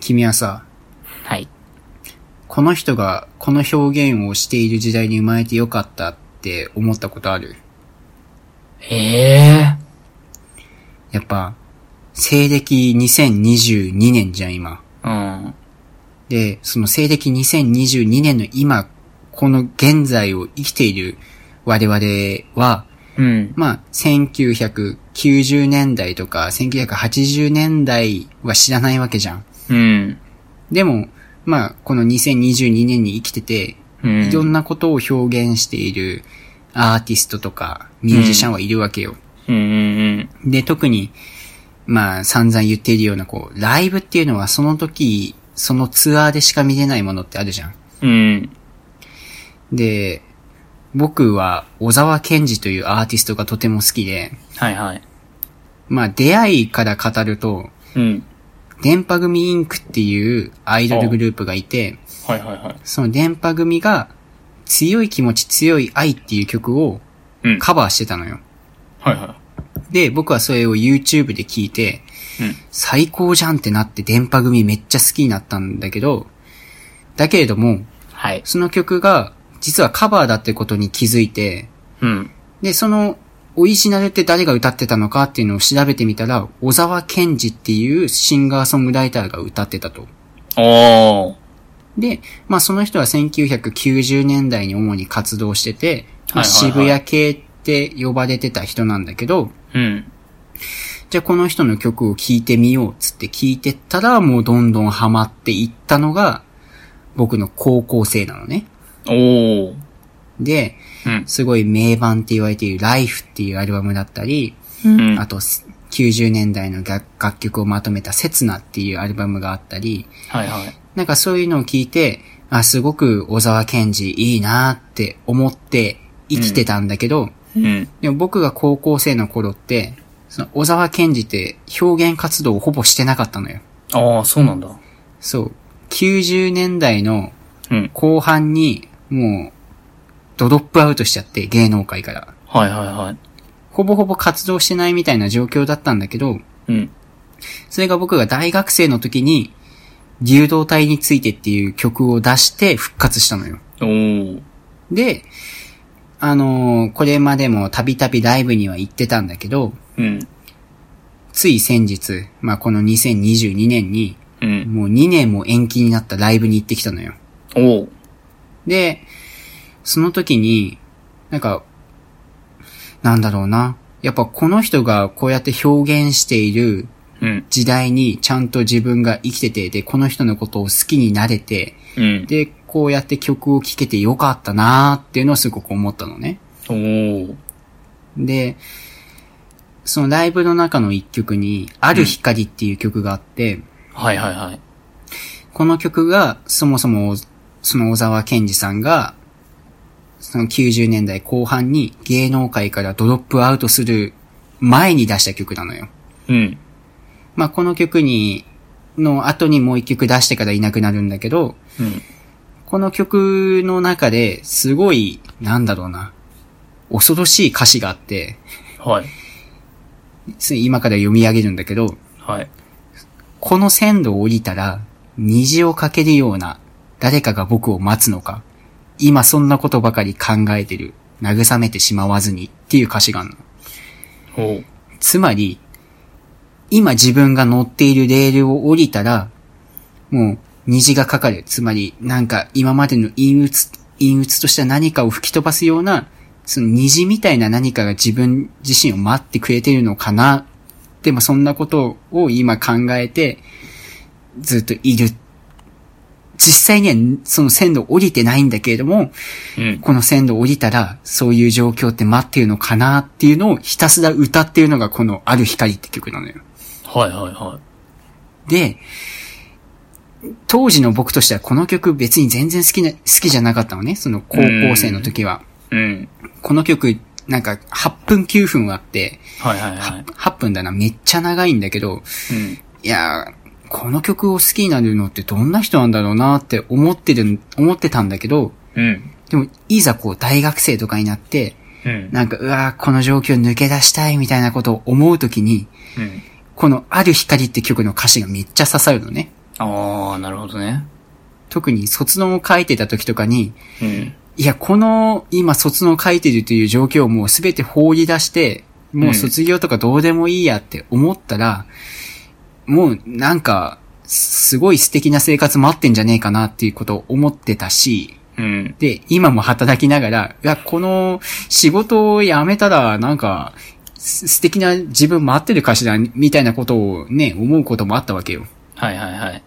君はさ、はい。この人がこの表現をしている時代に生まれてよかったって思ったことあるええやっぱ、西暦2022年じゃん、今。うん。で、その西暦2022年の今、この現在を生きている我々は、うん。まあ、1990年代とか1980年代は知らないわけじゃん。うん。でも、まあ、この2022年に生きてて、うん。いろんなことを表現しているアーティストとかミュージシャンはいるわけよ。うんうんで、特に、まあ、散々言っているような、こう、ライブっていうのはその時、そのツアーでしか見れないものってあるじゃん。うん。うん。で、僕は小沢健二というアーティストがとても好きで、はいはい。まあ、出会いから語ると、うん。電波組インクっていうアイドルグループがいて、はいはいはい。その電波組が、強い気持ち強い愛っていう曲をうん。カバーしてたのよ。はいはで、僕はそれを YouTube で聞いて、い。うん。最高じゃんってなって電波組めっちゃ好きになったんだけど、だけれども、はい。その曲が実はカバーだってことに気づいて、うん。で、そのオリジナルって誰が歌ってたのかっていうのを調べてみたら、小沢健二っていうシンガーソングライターが歌ってたと。おー。で、まあその人は1990年代に主に活動してて、まあはいはいはい渋谷系って呼ばれてた人なんだけど、うん。じゃあこの人の曲を聴いてみようっつって聴いてったらもうどんどんハマっていったのが僕の高校生なのね。おー。で、うん。すごい名盤って言われている Life っていうアルバムだったり、うん。あと90年代の楽楽曲をまとめた刹那っていうアルバムがあったり、はいはい。なんかそういうのを聞いて、あ、すごく小沢健二いいなーって思って生きてたんだけど、うん。でも僕が高校生の頃って、その小沢健二って表現活動をほぼしてなかったのよ。ああ、そうなんだ。そう。90年代のうん。後半に、もう、ドドップアウトしちゃって、芸能界から。はいはいはい。ほぼほぼ活動してないみたいな状況だったんだけど、うん。それが僕が大学生の時に、流動体についてっていう曲を出して復活したのよ。おー。で、あのーこれまでもたびたびライブには行ってたんだけど、うん。つい先日、まあ、この2022年に、うん。もう2年も延期になったライブに行ってきたのよ。おー。で、その時に、なんか、なんだろうな。やっぱこの人がこうやって表現しているうん。時代にちゃんと自分が生きてて、で、この人のことを好きになれて、うん。で、こうやって曲を聴けてよかったなーっていうのをすごく思ったのね。おー。で、そのライブの中の一曲に、ある光っていう曲があって、はいはいはい。この曲が、そもそも、その小沢健二さんが、その90年代後半に芸能界からドロップアウトする前に出した曲なのよ。うん。まあ、この曲に、の後にもう一曲出してからいなくなるんだけど、うん。この曲の中ですごい、なんだろうな、恐ろしい歌詞があって、はい。す今から読み上げるんだけど、はい。この線路を降りたら、虹をかけるような、誰かが僕を待つのか。今そんなことばかり考えてる。慰めてしまわずにっていう歌詞があるの。おー。つまり、今自分が乗っているレールを降りたら、もう虹がかかる。つまり、なんか今までの陰鬱、陰鬱とした何かを吹き飛ばすような、その虹みたいな何かが自分自身を待ってくれてるのかな。でもそんなことを今考えて、ずっといる。実際にはその線路を降りてないんだけれども、うん。この線路降りたら、そういう状況って待ってるのかなっていうのをひたすら歌ってるのがこのある光って曲なのよ。はいはいはで、当時の僕としてはこの曲別に全然好きな、好きじゃなかったのね。その高校生の時は。い。うん。この曲、なんか8分9分あって、はいはいはい。 8分だな、めっちゃ長いんだけど、うん。いやー、この曲を好きになるのってどんな人なんだろうなって思ってる、思ってたんだけど、うん。でも、いざこう大学生とかになって、うん。なんか、うわーこの状況抜け出したいみたいなことを思うときに、うん。このある光って曲の歌詞がめっちゃ刺さるのね。ああ、なるほどね。特に卒論を書いてた時とかに、うん。いや、この今卒論を書いてるという状況をもうすべて放り出して、もう卒業とかどうでもいいやって思ったら、もうなんか、すごい素敵な生活待ってんじゃねえかなっていうことを思ってたし、うん。で、今も働きながら、いや、この仕事を辞めたら、なんか、す素敵な自分待ってるかしら、みたいなことをね、思うこともあったわけよ。はいはいはい。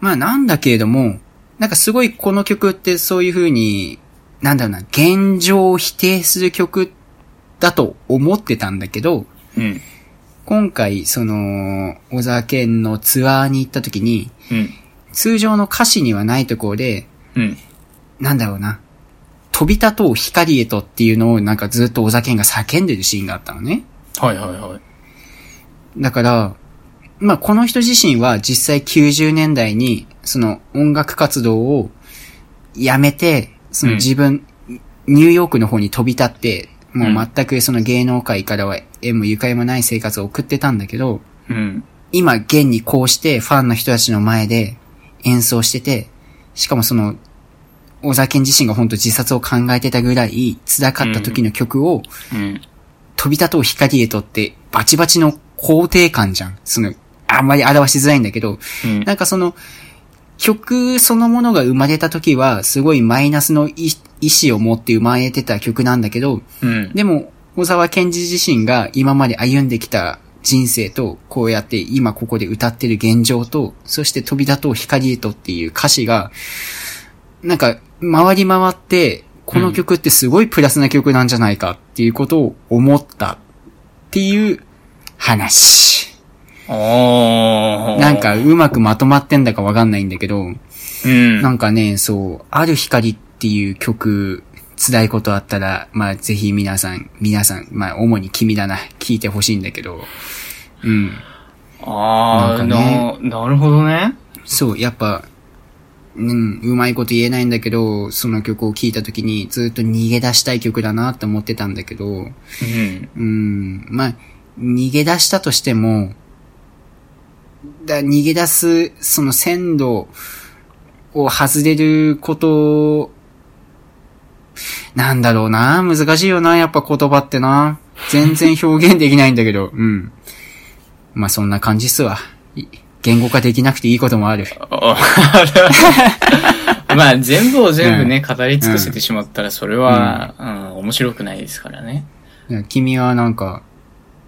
まあなんだけれども、なんかすごいこの曲ってそういう風に、なんだろうな、現状を否定する曲だと思ってたんだけど、うん。今回、その、小沢健のツアーに行った時に、うん。通常の歌詞にはないところで、うん。なんだろうな、飛び立とう光へとっていうのをなんかずっと小沢健が叫んでるシーンがあったのね。はいはいはい。だから、まあ、この人自身は実際90年代に、その音楽活動をやめて、そのうん自分、ニューヨークの方に飛び立って、もううん全くその芸能界からは縁もゆかりもない生活を送ってたんだけど、うん。今現にこうしてファンの人たちの前で演奏してて、しかもその、小沢健自身が本当自殺を考えてたぐらい辛かった時の曲を、うん。飛び立とう光へとって、バチバチの肯定感じゃん。その、あんまり表しづらいんだけど、うん。なんかその、曲そのものが生まれた時は、すごいマイナスの意意志を持って生まれてた曲なんだけど、うん。でも、小沢健二自身が今まで歩んできた人生と、こうやって今ここで歌ってる現状と、そして飛び立とう光へとっていう歌詞が、なんか、回り回って、この曲ってすごいプラスな曲なんじゃないかっていうことを思ったっていう話。ああ。なん、かうまくまとまってんだかわかんないんだけど、うん。なんかね、そう、ある光っていう曲、辛いことあったら、まあぜひ皆さん、皆さん、まあ主に君だな、聞いてほしいんだけど、うん。ああ、なんかねな、なるほどね。そう、やっぱ、うん、うまいこと言えないんだけど、その曲を聴いた時にずっと逃げ出したい曲だなって思ってたんだけど、 うん。うん、まあ、逃げ出したとしても、だ逃げ出す、その鮮度を外れること、なんだろうな、難しいよな、やっぱ言葉ってな。全然表現できないんだけど、 うん。まあ、そんな感じっすわ。い言語化できなくていいこともある。ああまあ、全部を全部ね、語り尽くせてしまったら、それは、うん、面白くないですからね。君はなんか、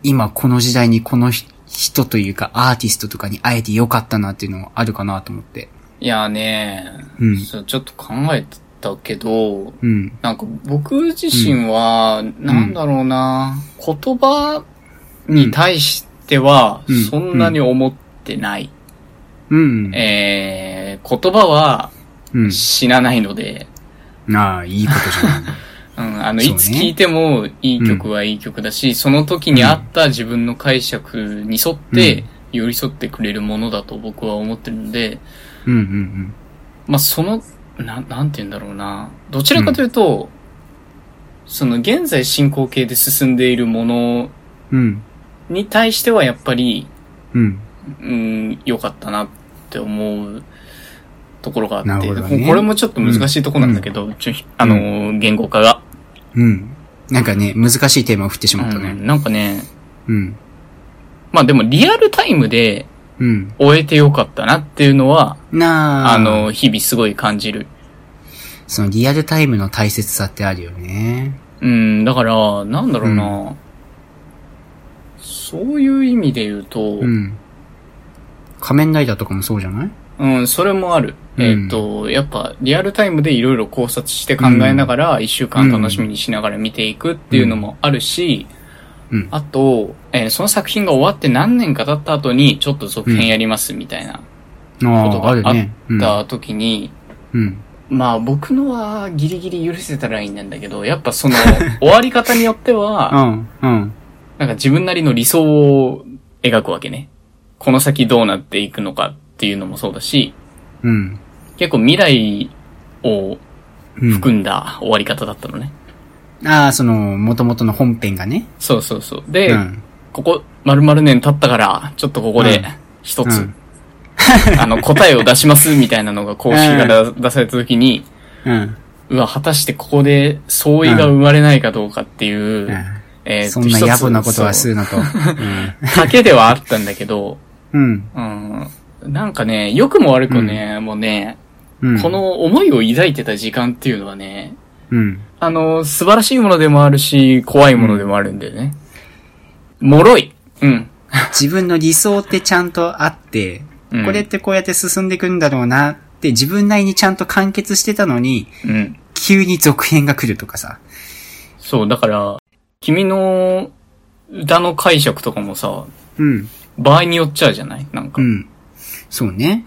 今この時代にこのひ人というかアーティストとかに会えてよかったなっていうのはあるかなと思って。いやね、うんそうちょっと考えたけど、うん。なんか僕自身は、なんだろうな、言葉に対してはうん、そんなに思ってない。うん。えー、言葉はうん。死なないので、ああ、いいことじゃない。うん、あの、そうねいつ聴いてもいい曲はいい曲だし、その時にあった自分の解釈に沿っうてん寄り添ってくれるものだと僕は思ってるので、うんうんまあ、その、な、なんて言うんだろうな。どちらかというと、その現在進行形で進んでいるものうん。うん。に対してはやっぱり、うん。うん、良かったなって思うところがあって、なるほどねこれもちょっと難しいところなんだけど、ちょあのー、言語化が、うん。なんかね、難しいテーマを振ってしまったうね。んなんかね、うん。まあでもリアルタイムでうん。終えてよかったなっていうのは、なあ。あ、の、日々すごい感じる。そのリアルタイムの大切さってあるよね。うん、だから、なんだろうな、うそういう意味で言うと、う、うんん。仮面ライダーとかもそうじゃないそれもある。うんえっ、と、やっぱ、リアルタイムでいろいろ考察して考えながら、一週間楽しみにしながら見ていくっていうのもあるし、うんあと、えーその作品が終わって何年か経った後に、ちょっと続編やりますみたいな、あことあ、があるね。うだん。った時に、うん。まあ僕のはギリギリ許せたラインなんだけど、やっぱそ の終わり方によってうは、ん。うん。なんか自分なりの理想を描くわけね。この先どうなっていくのかっていうのもそうだし、うん。結構未来をうん。含んだ終わり方だったのね。ああ、その、元々の本編がね。そうそうそう。で、うん。ここ丸々年経ったから、ちょっとここうでん一うつん あの、答えを出しますみたいなのが公式がだ出された時に、うん。うわ、果たしてここで相違が生まれないかどうかっていう、うんえーそんな野暮なことはする。るなと。うそう賭けではあったんだけど、ん。うん。なんかね、良くも悪くもね、もうね、うん。こ、の思いを抱いてた時間っていうのはね、うん。あの、素晴らしいものでもあるし、怖いものでもあるんだよね。脆い。うん。自分の理想ってちゃんとあって、うんこれってこうやって進んでいくんだろうなって自分なりにちゃんと完結してたのに、うん。急に続編が来るとかさ。そう、だから、君の歌の解釈とかもさ、うん。場合によっちゃうじゃないなんか、うん。そうね。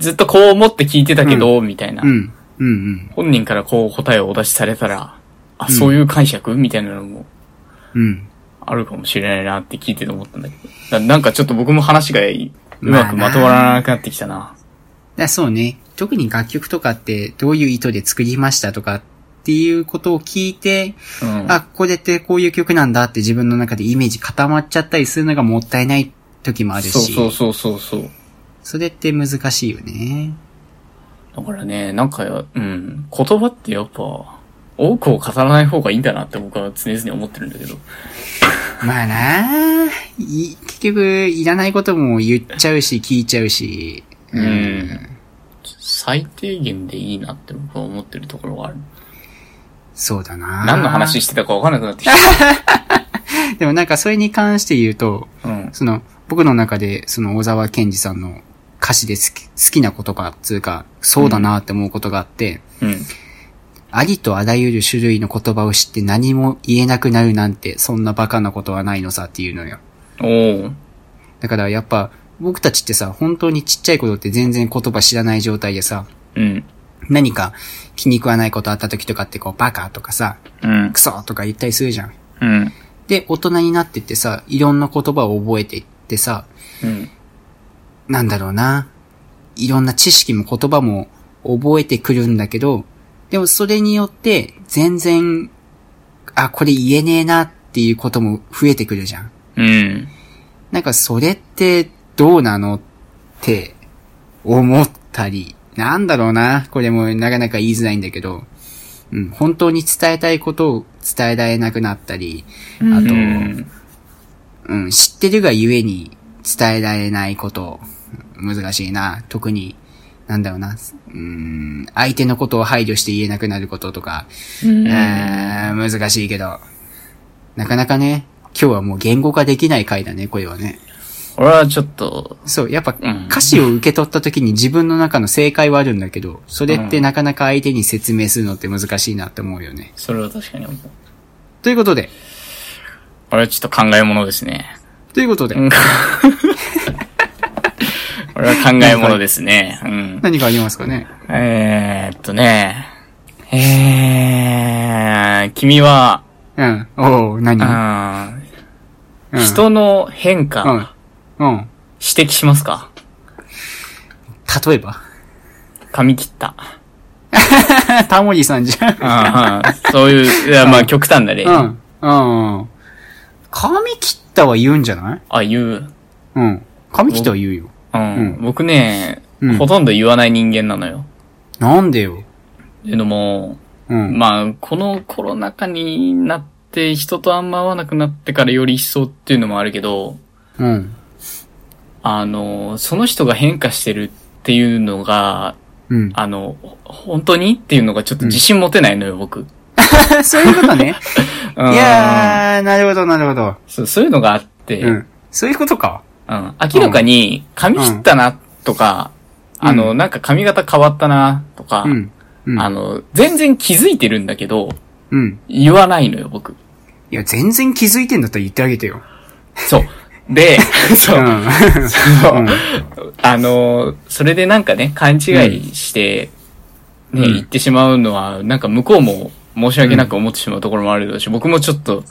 ずっとこう思って聞いてたけど、みたいな、うん。うんうん。本人からこう答えをお出しされたら、あ、うんそういう解釈みたいなのもうん。あるかもしれないなって聞いてて思ったんだけど。ななんかちょっと僕も話がうまくまとまらなくなってきたな。だそうね。特に楽曲とかってどういう意図で作りましたとかっていうことを聞いて、うん。あ、これってこういう曲なんだって自分の中でイメージ固まっちゃったりするのがもったいない時もあるし。そうそうそうそうそう。それって難しいよね。だからね、なんか、うん、言葉ってやっぱ、多くを語らない方がいいんだなって僕は常々思ってるんだけど。まあなあい結局、いらないことも言っちゃうし、聞いちゃうし。うん。最低限でいいなって僕は思ってるところがある。そうだな何の話してたか分かんなくなってきた。でもなんかそれに関して言うと、うん。その、僕の中で、その小沢健二さんの歌詞で好き好きな言葉、つうか、そうだなって思うことがあって、うん。ありとあらゆる種類の言葉を知って何も言えなくなるなんて、そんなバカなことはないのさっていうのよ。おー。だからやっぱ、僕たちってさ、本当にちっちゃいことって全然言葉知らない状態でさ、うん。何か気に食わないことあった時とかってこうバカとかさ、うんク。ソとか言ったりするじゃん。うん。で、大人になってってさ、いろんな言葉を覚えていってさ、うん。なんだろうな。いろんな知識も言葉も覚えてくるんだけど、でもそれによって全然、あ、これ言えねえなっていうことも増えてくるじゃん。うん。なんかそれってどうなのって思ったり、なんだろうな。これもなかなか言いづらいんだけど、うん、本当に伝えたいことを伝えられなくなったり、あと、うん。うん、知ってるがゆえに伝えられないこと、難しいな。特に、なんだろうな。うん、相手のことを配慮して言えなくなることとか、うんえー難しいけど、なかなかね、今日はもう言語化できない回だね、これはね。俺はちょっと、そう、やっぱうん歌詞を受け取った時に自分の中の正解はあるんだけど、それってなかなか相手に説明するのって難しいなって思うよね。それは確かに思う。ということで、俺はちょっと考え物ですね。ということで、 うん。俺は考え物ですね。うん。何かありますかねえーっとね、えー、君は、うん。おう何あーうん人の変化、うん。うん。指摘しますか例えば 髪切った。タモリさんじゃん。あー そういう、いや、まあ極端な例。うん。うん。髪切ったは言うんじゃないあ、言う。うん。髪切ったは言うよ。うん。うん僕ね、うんほとんど言わない人間なのよ。なんでよ。っていうのも、うん。まあ、このコロナ禍になって、人とあんま会わなくなってからより一層っていうのもあるけど、うん。あの、その人が変化してるっていうのが、 うん。あの、ほ本当にっていうのがちょっと自信持てないのよ、僕。そういうことね。いいやー、なるほど、なるほど。そう、そういうのがあって、うん。そういうことか。うん明らかに髪切ったなとか、うんあの、なんか髪型変わったなとか、うん。うん。あの、全然気づいてるんだけど、うん。言わないのよ、僕。いや、全然気づいてんだったら言ってあげてよ。そう。で、 そうう、 ん。そううんあの、それでなんかね、勘違いして、ね、うん言ってしまうのは、なんか向こうも申し訳なく思ってしまうところもあるだし、僕もちょっと、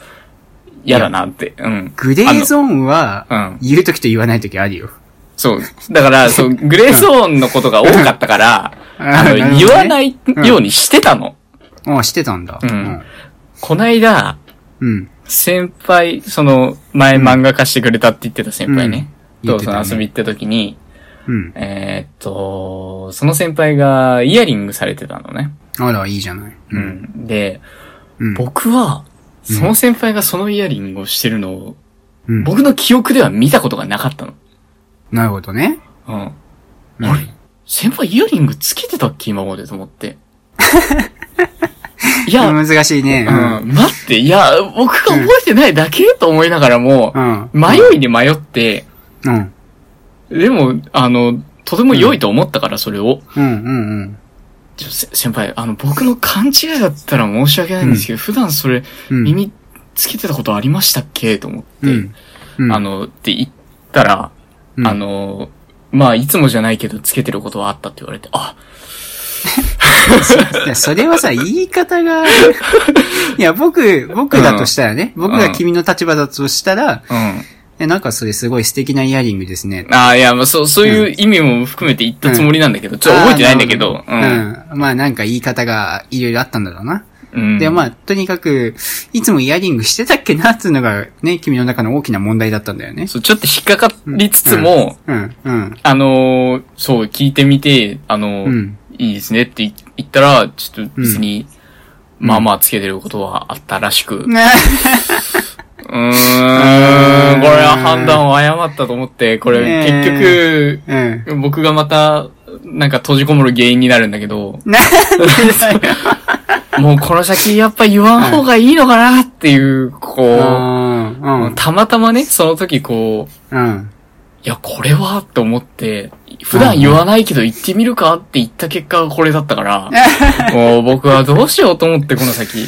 嫌だなって、うん。グレーゾーンあはのうん、言うときと言わないときあるよ。そう。だから、そう、グレーゾーンのことが多かったから、あ。あの、言わないいようにしてたの。あしてたんだ。うんこないだ、うん。うん。先輩、その、前漫画化してくれたって言ってた先輩ね。うんと、その言ってた遊ねび行った時に、うん。えーっと、その先輩がイヤリングされてたのね。あら、いいじゃない。う。うんん。で、うん。僕は、その先輩がそのイヤリングをしてるのを、うん、僕の記憶では見たことがなかったの。なるほどね。うん。うんあれ先輩イヤリングつけてたっけ今までと 思って。いや、難しいね。うん。うん、待って、いや、僕が覚えてないだけと思いながらも、うん。迷いに迷って、うん。でも、あの、とても良いと思ったから、それを。うん。うん。うん。ちょせ先輩、あの、僕の勘違いだったら申し訳ないんですけど、普段それ、うん。耳つけてたことありましたっけと思って、うん。うん。あ、の、って言ったら、うんあ、の、まあ、いつもじゃないけど、つけてることはあったって言われて、あ、いや、それはさ、言い方 が、いや、僕、僕だとしたらね、僕が君の立場だとしたら、うん。えなんかそれすごい素敵なイヤリングですね。ああ、いや、まあ、そう、そういう意味も含めて言ったつもりなんだけど、ちょっと覚えてないんだけど、あーなるほどうん。まあなんか言い方がいろいろあったんだろうな。うん。うんで、まあ、とにかく、いつもイヤリングしてたっけなっていうのがね、君の中の大きな問題だったんだよね。そう、ちょっと引っかかりつつも、うん、 うん、あのーそう、聞いてみて、あのーうんいいですねって言ったら、ちょっと別に、んまあまあつけてることはあったらしく、うーん、これねは判断を誤ったと思って、これね結局、うん。僕がまた、なんか閉じこもる原因になるんだけど、もうこの先やっぱ言わん方がいいのかなっていう、こうん、うう、ん、たまたまね、その時こう、うん。いや、これはと思って、普段言わないけど行ってみるかって言った結果がこれだった から、もう僕はどうしようと思ってこの先。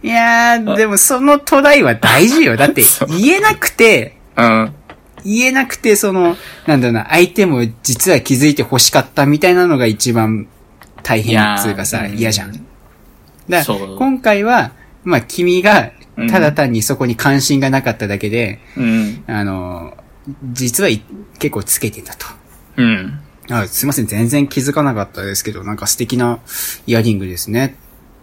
いやー、でもそのトライは大事 よ。だってそう、言えなくて、うん。言えなくて、その、なんだろうな、相手も実は気づいて欲しかったみたいなのが一番大い変やーつうかさ、うん嫌じゃん。だかそらう、今回は、まあ、君が、ただ単にそこに関心がなかっただけで、うん。あの、実はい結構つけてたと。うん。あすいません、全然気づかなかったですけど、なんか素敵なイヤリングですね。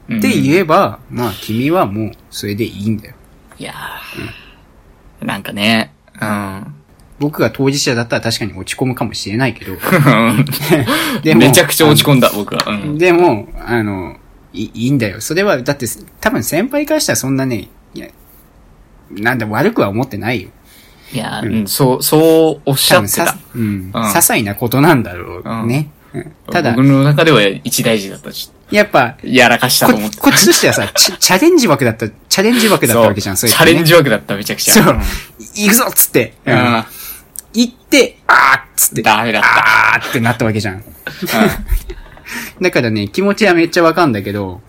うんって言えば、まあ、君はもう、それでいいんだよ。いやーなんかね、うん。僕が当事者だったら確かに落ち込むかもしれない けど、でもめちゃくちゃ落ち込んだ、僕は。うん。でも、あの、いいいんだよ。それは、だって、多分先輩からしたらそんなね、いや、なんだ、悪くは思ってないよ。いやーうん、そう、そうおっし多ゃっ分てたさ。、うん、うん些細なことなんだろうね。うんただ僕、の中では一大事だったし、やっぱ、やらかしたこと思って。こっちとしてはさ、チャチャレンジ枠だった、チャレンジ枠だったわけじゃん、それうチってャねレンジ枠だった、めちゃくちゃ。そう。行くぞっつって、う。うんん行って、あーっつって、ダメだっあーってなったわけじゃん。た。うん だからね、気持ちはめっちゃわかんだけど、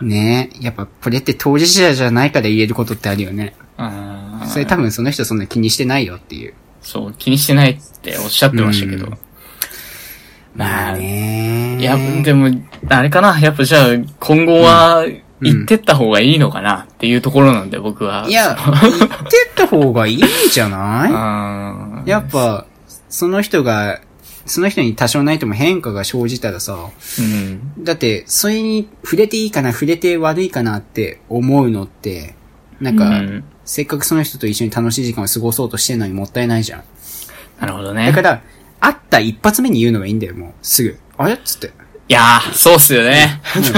ねえ、やっぱこれって当事者じゃないから言えることってあるよね。うんそれ多分その人そんな気にしてないよっていう。そう、気にしてないっておっしゃってましたけど。うんまあ、いねえ。や、でも、あれかな、やっぱじゃあ、今後は、行ってった方がいいのかなっていうところなんで、僕は。いや、言ってった方がいいんじゃ う、なんいやっぱ、その人が、その人に多少ないとも変化が生じたらさ、うん。だって、それに触れていいかな、触れて悪いかなって思うのって、なんうか、ん。せっかくその人と一緒に楽しい時間を過ごそうとしてるのにもったいないじゃん。なるほどね。だから、会った一発目に言うのがいいんだよ、もう。すぐ。あれっつって。いやー、そうっすよね。うんす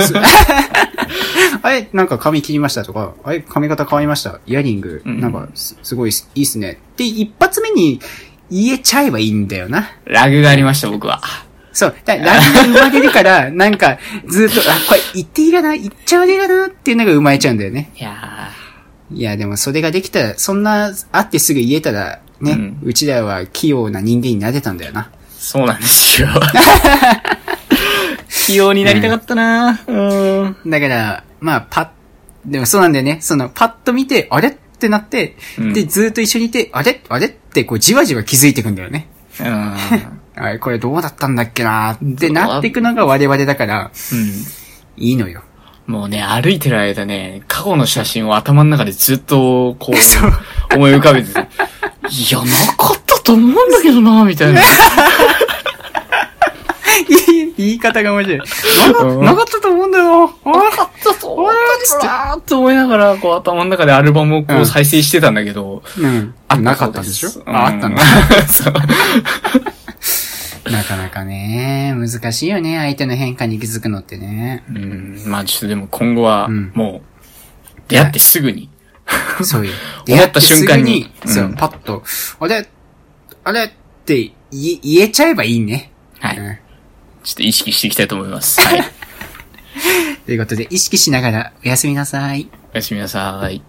あれなんか髪切りましたとか、あれ髪型変わりましたイヤリング、うんなんかす、すごいすいいっすね。って一発目に言えちゃえばいいんだよな。ラグがありました、僕は。そう。だから、ラグが生まれるから、なんか、ずっと、あ、これ言っていいかな言っちゃうでいいかなっていうのが生まれちゃうんだよね。いやいや、でもそれができたら、そんな、会ってすぐ言えたら、ね、ううんちらは器用な人間になれたんだよな。ー、そうなん ですよ。器用になりたかったなーうん。だから、まあ、パッ、でもそうなんだよね。その、パッと見て、あれってなって、うんで、ずっと一緒にいて、あれあれって、こう、じわじわ気づいていくんだよね。うん。あれ、これどうだったんだっけなーってなっていくのが我々だから、うん。いいのよ。 もうね、歩いてる間ね、過去の写真を頭の中でずっと、こう、思い浮かべてて、いや、なかったと思うんだけどな、みたいな。言い方が面白い。なかうんなかったと思うんだよ。なかったと思うんだけどな、って思いながら、こう、頭の中でアルバムをこううん再生してたんだけど、うん。なかったでしょあ、あったんだ。そう。なかなかね、難しいよね。相手の変化に気づくのって ね。うん、まあちょっとでも今後はうん、もう、出会ってすぐに。そういう。思った瞬間出会っにてすぐうそんう、パッと、あれ、あれって言え言えちゃえばいいね。はい。うんちょっと意識していきたいと思います。はい。ということで、意識しながらおやすみなさい。おやすみなさい。